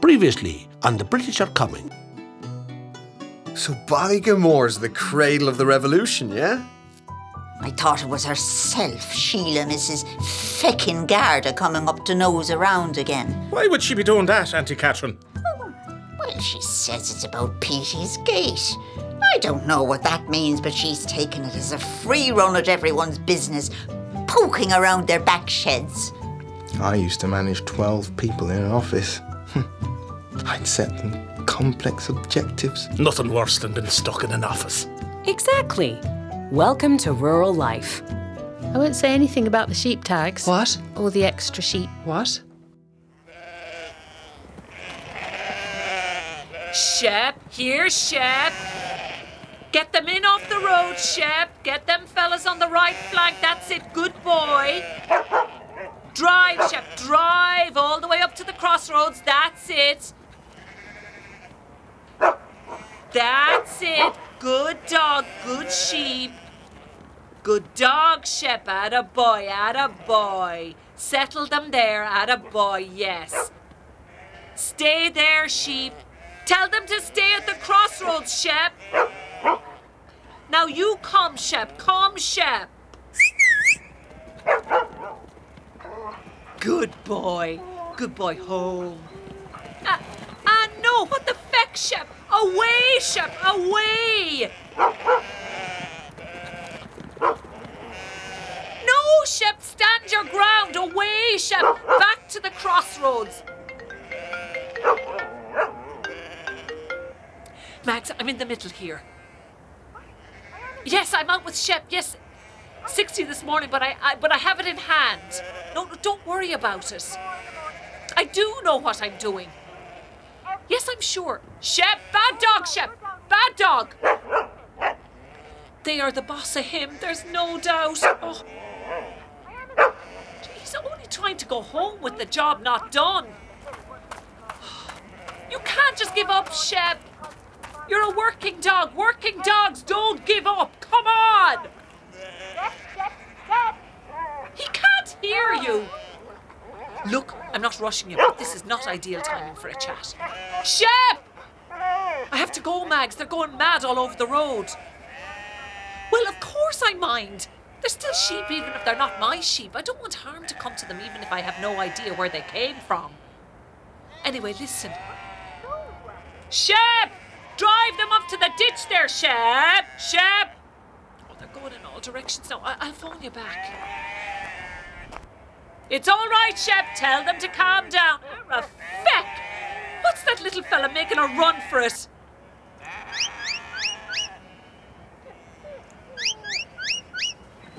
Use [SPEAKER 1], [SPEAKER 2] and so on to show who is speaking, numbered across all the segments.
[SPEAKER 1] Previously, and the British are coming.
[SPEAKER 2] So Ballygamore's the cradle of the revolution, yeah?
[SPEAKER 3] I thought it was herself, Sheila, Mrs. Feckin Garda, coming up to nose around again. Oh,
[SPEAKER 4] Why would she be doing that, Auntie Catherine?
[SPEAKER 3] Well, she says it's about Petey's Gate. I don't know what that means, but she's taken it as a free run at everyone's business, poking around their back sheds.
[SPEAKER 5] I used to manage 12 people in an office. I'd set them complex objectives.
[SPEAKER 4] Nothing worse than being stuck in an office.
[SPEAKER 6] Exactly. Welcome to rural life.
[SPEAKER 7] I won't say anything about the sheep tags.
[SPEAKER 8] What?
[SPEAKER 7] Or the extra sheep.
[SPEAKER 8] What?
[SPEAKER 9] Shep, here, Shep. Get them in off the road, Shep. Get them fellas on the right flank. That's it. Good boy. Drive, Shep. Drive all the way up to the crossroads. That's it. That's it. Good dog. Good sheep. Good dog, Shep. At a boy. At a boy. Settle them there. At a boy. Yes. Stay there, sheep. Tell them to stay at the crossroads, Shep. Now you come, Shep. Come, Shep. Good boy. Good boy. Home. Ah, ah, no. What the feck, Shep? Away, Shep. Away. No, Shep. Stand your ground. Away, Shep. Back to the crossroads. Max, I'm in the middle here. Yes, I'm out with Shep. Yes, 60 this morning, but I, I but I have it in hand. No, no, don't worry about it. I do know what I'm doing. Yes, I'm sure. Shep, bad dog, Shep, bad dog. They are the boss of him. There's no doubt. Oh. He's only trying to go home with the job not done. You can't just give up, Shep. You're a working dog. Working dogs don't give up. Come on. He can't hear you. Look, I'm not rushing you, but this is not ideal timing for a chat. Shep! I have to go, Mags. They're going mad all over the road. Well, of course I mind. They're still sheep, even if they're not my sheep. I don't want harm to come to them, even if I have no idea where they came from. Anyway, listen. Shep! Drive them up to the ditch there, Shep! Shep! Oh, they're going in all directions now. I- I'll phone you back. It's all right, Shep. Tell them to calm down. You're a feck! What's that little fella making a run for it?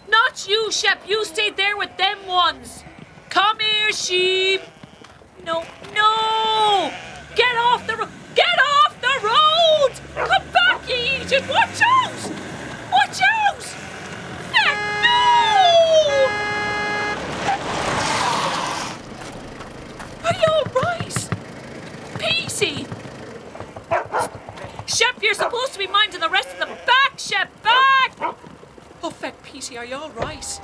[SPEAKER 9] Not you, Shep. You stayed there with them ones. Come here, sheep. No, no! Get off the road! Get off the road! Come back, ye idiot! Watch out! Watch out! Feck, no! Are you all right? Petey! Shep, you're supposed to be minding the rest of them. Back, Shep, back! Oh, feck, Petey, are you all right?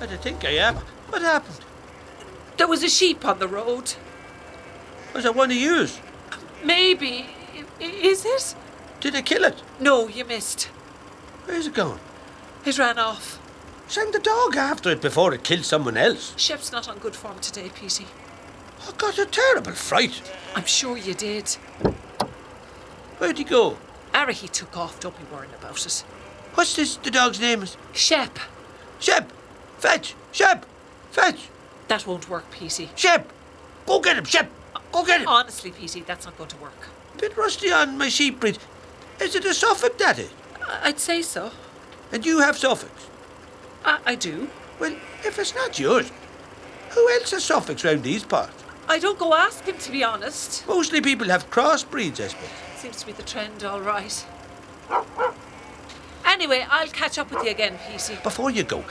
[SPEAKER 4] I don't think I am. What happened?
[SPEAKER 9] There was a sheep on the road.
[SPEAKER 4] Was it one of yours?
[SPEAKER 9] Maybe. I- i- Is it?
[SPEAKER 4] Did I kill it?
[SPEAKER 9] No, you missed.
[SPEAKER 4] Where's it going?
[SPEAKER 9] It ran off.
[SPEAKER 4] Send the dog after it before it kills someone else.
[SPEAKER 9] Shep's not on good form today, Petey.
[SPEAKER 4] I got a terrible fright.
[SPEAKER 9] I'm sure you did.
[SPEAKER 4] Where'd he go?
[SPEAKER 9] Ara, he took off. Don't be worrying about it.
[SPEAKER 4] What's this the dog's name is?
[SPEAKER 9] Shep,
[SPEAKER 4] Shep! Fetch! Shep! Fetch!
[SPEAKER 9] that won't work, Petey.
[SPEAKER 4] Shep! Go get him, Shep! Go get him!
[SPEAKER 9] Honestly, Petey, that's not going to work.
[SPEAKER 4] bit rusty on my sheep breed. Is it a Suffolk, Daddy?
[SPEAKER 9] I- I'd say so.
[SPEAKER 4] And you have Suffolks?
[SPEAKER 9] I, I do.
[SPEAKER 4] Well, if it's not yours, who else has Suffolks round these parts?
[SPEAKER 9] I don't go asking, to be honest.
[SPEAKER 4] Mostly people have crossbreeds, I suppose.
[SPEAKER 9] Seems to be the trend, all right. Anyway, I'll catch up with you again, Petey.
[SPEAKER 4] Before you go,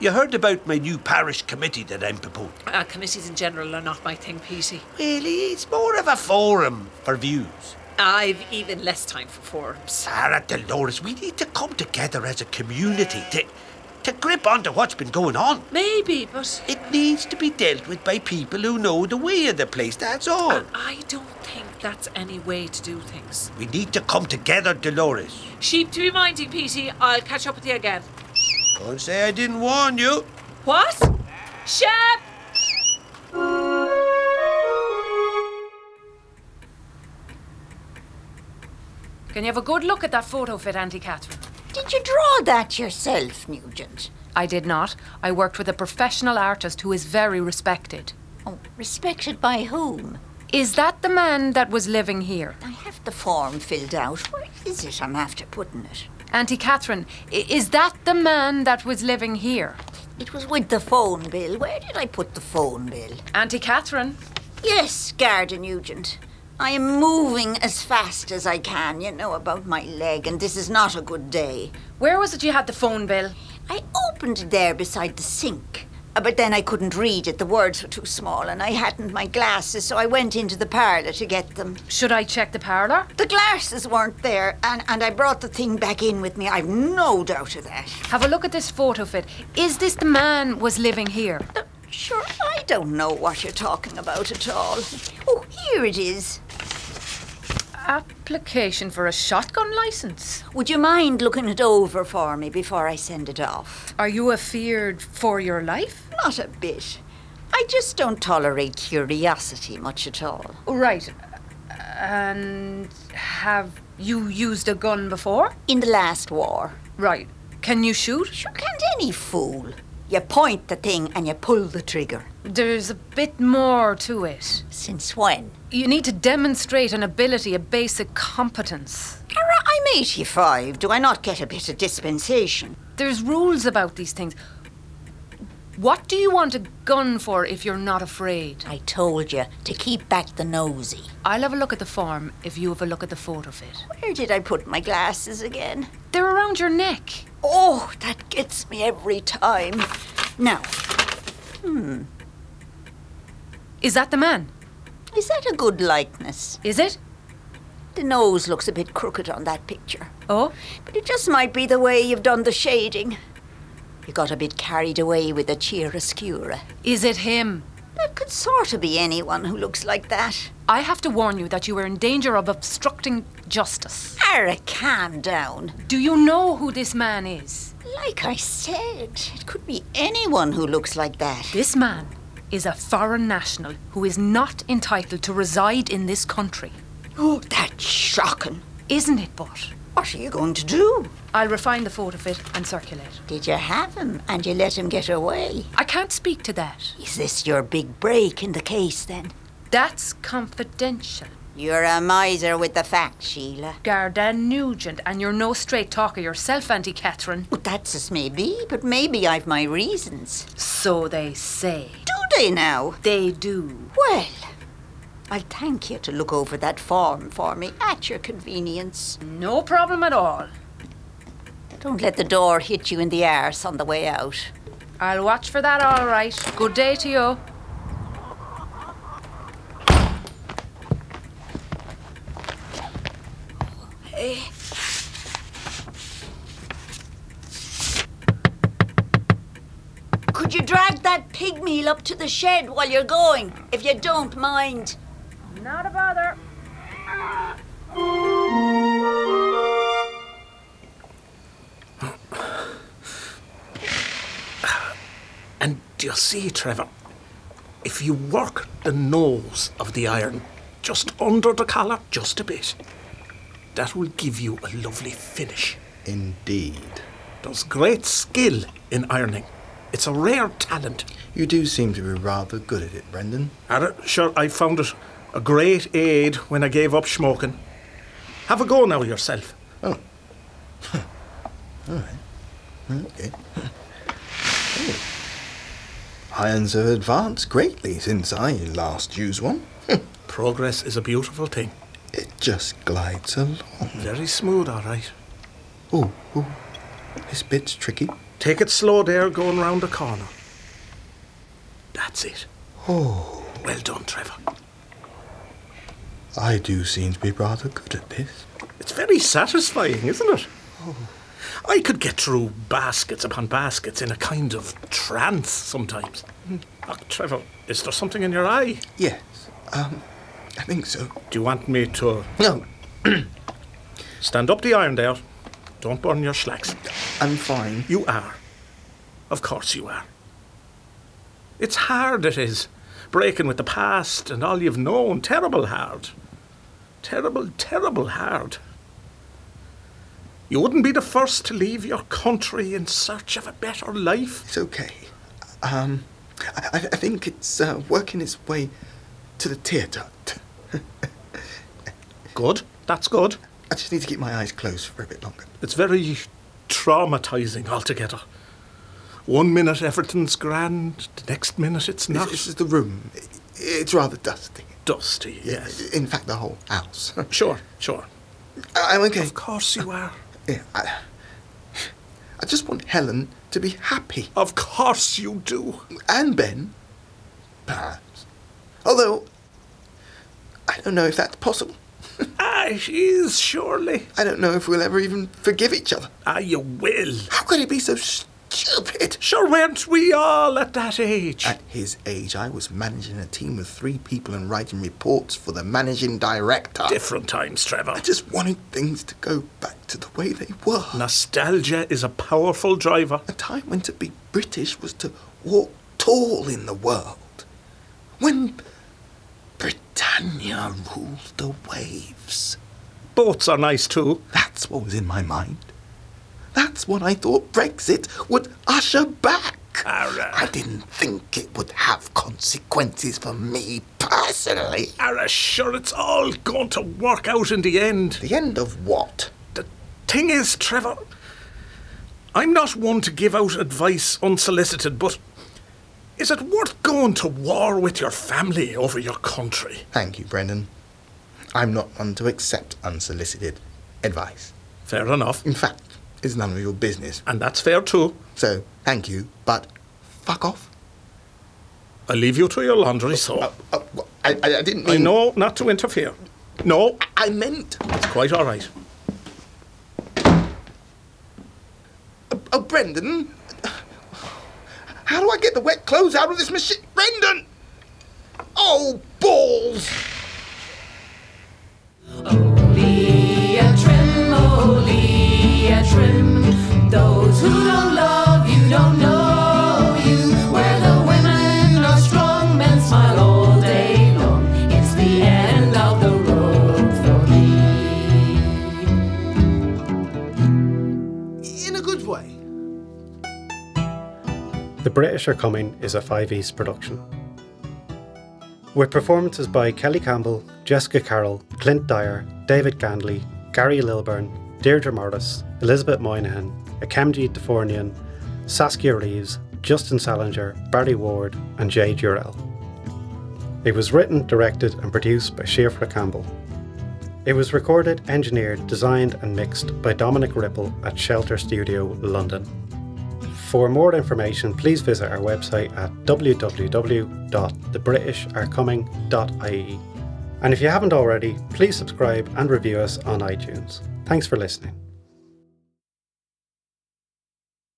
[SPEAKER 4] You heard about my new parish committee that I'm proposing.
[SPEAKER 9] Uh, committees in general are not my thing, Petey.
[SPEAKER 4] Really, it's more of a forum for views.
[SPEAKER 9] I've even less time for forums.
[SPEAKER 4] Sarah Dolores, we need to come together as a community to, to grip onto what's been going on.
[SPEAKER 9] Maybe, but
[SPEAKER 4] It needs to be dealt with by people who know the way of the place, that's all.
[SPEAKER 9] I don't think that's any way to do things.
[SPEAKER 4] We need to come together, Dolores.
[SPEAKER 9] Sheep to be minding, Petey. I'll catch up with you again.
[SPEAKER 4] Don't say I didn't warn you.
[SPEAKER 9] What? Shep! Can you have a good look at that photo fit, Auntie Catherine?
[SPEAKER 3] Did you draw that yourself, Nugent?
[SPEAKER 8] I did not. I worked with a professional artist who is very respected.
[SPEAKER 3] Oh, respected by whom?
[SPEAKER 8] Is that the man that was living here?
[SPEAKER 3] I have the form filled out. Where is it I'm after putting it?
[SPEAKER 8] Auntie Catherine, i- is that the man that was living here?
[SPEAKER 3] It was with the phone bill. Where did I put the phone bill?
[SPEAKER 8] Auntie Catherine?
[SPEAKER 3] Yes, Garda Nugent. I am moving as fast as I can, you know, about my leg, and this is not a good day.
[SPEAKER 8] Where was it you had the phone bill?
[SPEAKER 3] I opened it there beside the sink, uh, but then I couldn't read it. The words were too small, and I hadn't my glasses, so I went into the parlour to get them.
[SPEAKER 8] Should I check the parlour?
[SPEAKER 3] The glasses weren't there, and, and I brought the thing back in with me. I've no doubt of that.
[SPEAKER 8] Have a look at this photo fit. Is this the man was living here?
[SPEAKER 3] Uh, Sure, I don't know what you're talking about at all. Oh, here it is.
[SPEAKER 8] Application for a shotgun license.
[SPEAKER 3] Would you mind looking it over for me before I send it off?
[SPEAKER 8] Are you afeared for your life?
[SPEAKER 3] Not a bit. I just don't tolerate curiosity much at all.
[SPEAKER 8] Right. And have you used a gun before?
[SPEAKER 3] In the last war,
[SPEAKER 8] Right. Can you shoot?
[SPEAKER 3] sure can't any fool. You point the thing and you pull the trigger.
[SPEAKER 8] There's a bit more to it.
[SPEAKER 3] Since when?
[SPEAKER 8] You need to demonstrate an ability, a basic competence.
[SPEAKER 3] Cara, I'm 85. Do I not get a bit of dispensation?
[SPEAKER 8] There's rules about these things. What do you want a gun for if you're not afraid?
[SPEAKER 3] I told you to keep back the nosy.
[SPEAKER 8] I'll have a look at the form if you have a look at the photo fit.
[SPEAKER 3] Where did I put my glasses again?
[SPEAKER 8] They're around your neck.
[SPEAKER 3] Oh, that gets me every time. Now,
[SPEAKER 8] Is that the man?
[SPEAKER 3] is that a good likeness?
[SPEAKER 8] Is it?
[SPEAKER 3] The nose looks a bit crooked on that picture.
[SPEAKER 8] Oh?
[SPEAKER 3] But it just might be the way you've done the shading. You got a bit carried away with the chiaroscura.
[SPEAKER 8] Is it him?
[SPEAKER 3] That could sort of be anyone who looks like that.
[SPEAKER 8] I have to warn you that you are in danger of obstructing justice.
[SPEAKER 3] Ara, calm down.
[SPEAKER 8] Do you know who this man is?
[SPEAKER 3] Like I said, it could be anyone who looks like that.
[SPEAKER 8] This man is a foreign national who is not entitled to reside in this country.
[SPEAKER 3] Oh, that's shocking.
[SPEAKER 8] Isn't it, Bot?
[SPEAKER 3] What are you going to do?
[SPEAKER 8] I'll refine the photo fit and circulate.
[SPEAKER 3] Did you have him and you let him get away?
[SPEAKER 8] I can't speak to that.
[SPEAKER 3] Is this your big break in the case then?
[SPEAKER 8] That's confidential.
[SPEAKER 3] You're a miser with the facts, Sheila.
[SPEAKER 8] Garda Nugent, and you're no straight talker yourself, Auntie Catherine.
[SPEAKER 3] Well, that's as may be, but maybe I've my reasons.
[SPEAKER 8] So they say.
[SPEAKER 3] Do they now?
[SPEAKER 8] They do.
[SPEAKER 3] Well, I'll thank you to look over that form for me at your convenience.
[SPEAKER 8] No problem at all.
[SPEAKER 3] Don't let the door hit you in the arse on the way out.
[SPEAKER 8] I'll watch for that, all right. Good day to you.
[SPEAKER 3] Could you drag that pig meal up to the shed while you're going, if you don't mind?
[SPEAKER 8] Not a bother.
[SPEAKER 1] And you see, Trevor, if you work the nose of the iron just under the collar just a bit, that will give you a lovely finish.
[SPEAKER 5] Indeed.
[SPEAKER 1] There's great skill in ironing. It's a rare talent.
[SPEAKER 5] You do seem to be rather good at it, Brendan.
[SPEAKER 1] Arra, sure, I found it a great aid when I gave up smoking. Have a go now yourself.
[SPEAKER 5] Okay. Oh. Irons have advanced greatly since I last used one.
[SPEAKER 1] Progress is a beautiful thing.
[SPEAKER 5] It just glides along.
[SPEAKER 1] Very smooth, all right.
[SPEAKER 5] Oh, oh. This bit's tricky.
[SPEAKER 1] Take it slow there, going round the corner. That's it. Oh. Well done, Trevor.
[SPEAKER 5] I do seem to be rather good at this.
[SPEAKER 1] It's very satisfying, isn't it? I could get through baskets upon baskets in a kind of trance sometimes. Ah, Trevor, is there something in your eye?
[SPEAKER 5] Yes, um, I think so.
[SPEAKER 1] Do you want me to
[SPEAKER 5] No,
[SPEAKER 1] stand up the iron there? Don't burn your slacks.
[SPEAKER 5] I'm fine.
[SPEAKER 1] You are. Of course you are. It's hard, it is. Breaking with the past and all you've known. Terrible hard. Terrible, terrible hard. You wouldn't be the first to leave your country in search of a better life.
[SPEAKER 5] It's okay. Um, I, I I think it's uh, working its way to the tear duct.
[SPEAKER 1] Good. That's good.
[SPEAKER 5] I just need to keep my eyes closed for a bit longer.
[SPEAKER 1] It's very traumatizing altogether. One minute everything's grand, the next minute it's
[SPEAKER 5] This,
[SPEAKER 1] not.
[SPEAKER 5] this is the room. I- It's rather dusty.
[SPEAKER 1] dusty, yes.
[SPEAKER 5] In fact, the whole house. I-
[SPEAKER 1] Sure, sure.
[SPEAKER 5] I'm okay.
[SPEAKER 1] Of course you are.
[SPEAKER 5] Yeah, I, I just want Helen to be happy.
[SPEAKER 1] Of course you do.
[SPEAKER 5] And Ben, perhaps. Although, I don't know if that's possible.
[SPEAKER 1] Ah, she is surely.
[SPEAKER 5] I don't know if we'll ever even forgive each other.
[SPEAKER 1] Ah, you will.
[SPEAKER 5] How could he be so stupid?
[SPEAKER 1] Sure weren't we all at that age?
[SPEAKER 5] At his age, I was managing a team of three people and writing reports for the managing director.
[SPEAKER 1] Different times, Trevor.
[SPEAKER 5] I just wanted things to go back to the way they were.
[SPEAKER 1] Nostalgia is a powerful driver.
[SPEAKER 5] A time when to be British was to walk tall in the world. When Britannia ruled the waves.
[SPEAKER 1] Boats are nice too.
[SPEAKER 5] That's what was in my mind. That's what I thought Brexit would usher back.
[SPEAKER 1] Ara.
[SPEAKER 5] I didn't think it would have consequences for me personally.
[SPEAKER 1] Ara, sure, it's all going to work out in the end.
[SPEAKER 5] The end of what?
[SPEAKER 1] The thing is, Trevor, I'm not one to give out advice unsolicited, but is it worth going to war with your family over your country?
[SPEAKER 5] Thank you, Brendan. I'm not one to accept unsolicited advice.
[SPEAKER 1] Fair enough.
[SPEAKER 5] In fact, it's none of your business.
[SPEAKER 1] And that's fair too.
[SPEAKER 5] So, thank you, but fuck off.
[SPEAKER 1] I leave you to your laundry, so.
[SPEAKER 5] Oh, oh, well, I, I, I didn't mean.
[SPEAKER 1] I know not to interfere. No,
[SPEAKER 5] I meant.
[SPEAKER 1] it's quite all right.
[SPEAKER 5] Oh, Brendan! How do I get the wet clothes out of this machine? Brendan! Oh, balls!
[SPEAKER 10] Leah Trim, oh Leah Trim. Those who don't love you don't know you. Where the women are strong, men smile all day long. It's the end of the road for thee.
[SPEAKER 2] In a good way.
[SPEAKER 11] The British Are Coming is a 5 East production. With performances by Kelly Campbell, Jessica Carroll, Clint Dyer, David Gandley, Gary Lilburn, Deirdre Morris, Elizabeth Moynihan, Akemji Defornian, Saskia Reeves, Justin Salinger, Barry Ward, and Jay Durrell. It was written, directed, and produced by Shefra Campbell. It was recorded, engineered, designed, and mixed by Dominic Ripple at Shelter Studio, London. For more information, please visit our website at www.thebritisharecoming.ie. And if you haven't already, please subscribe and review us on iTunes. Thanks for listening.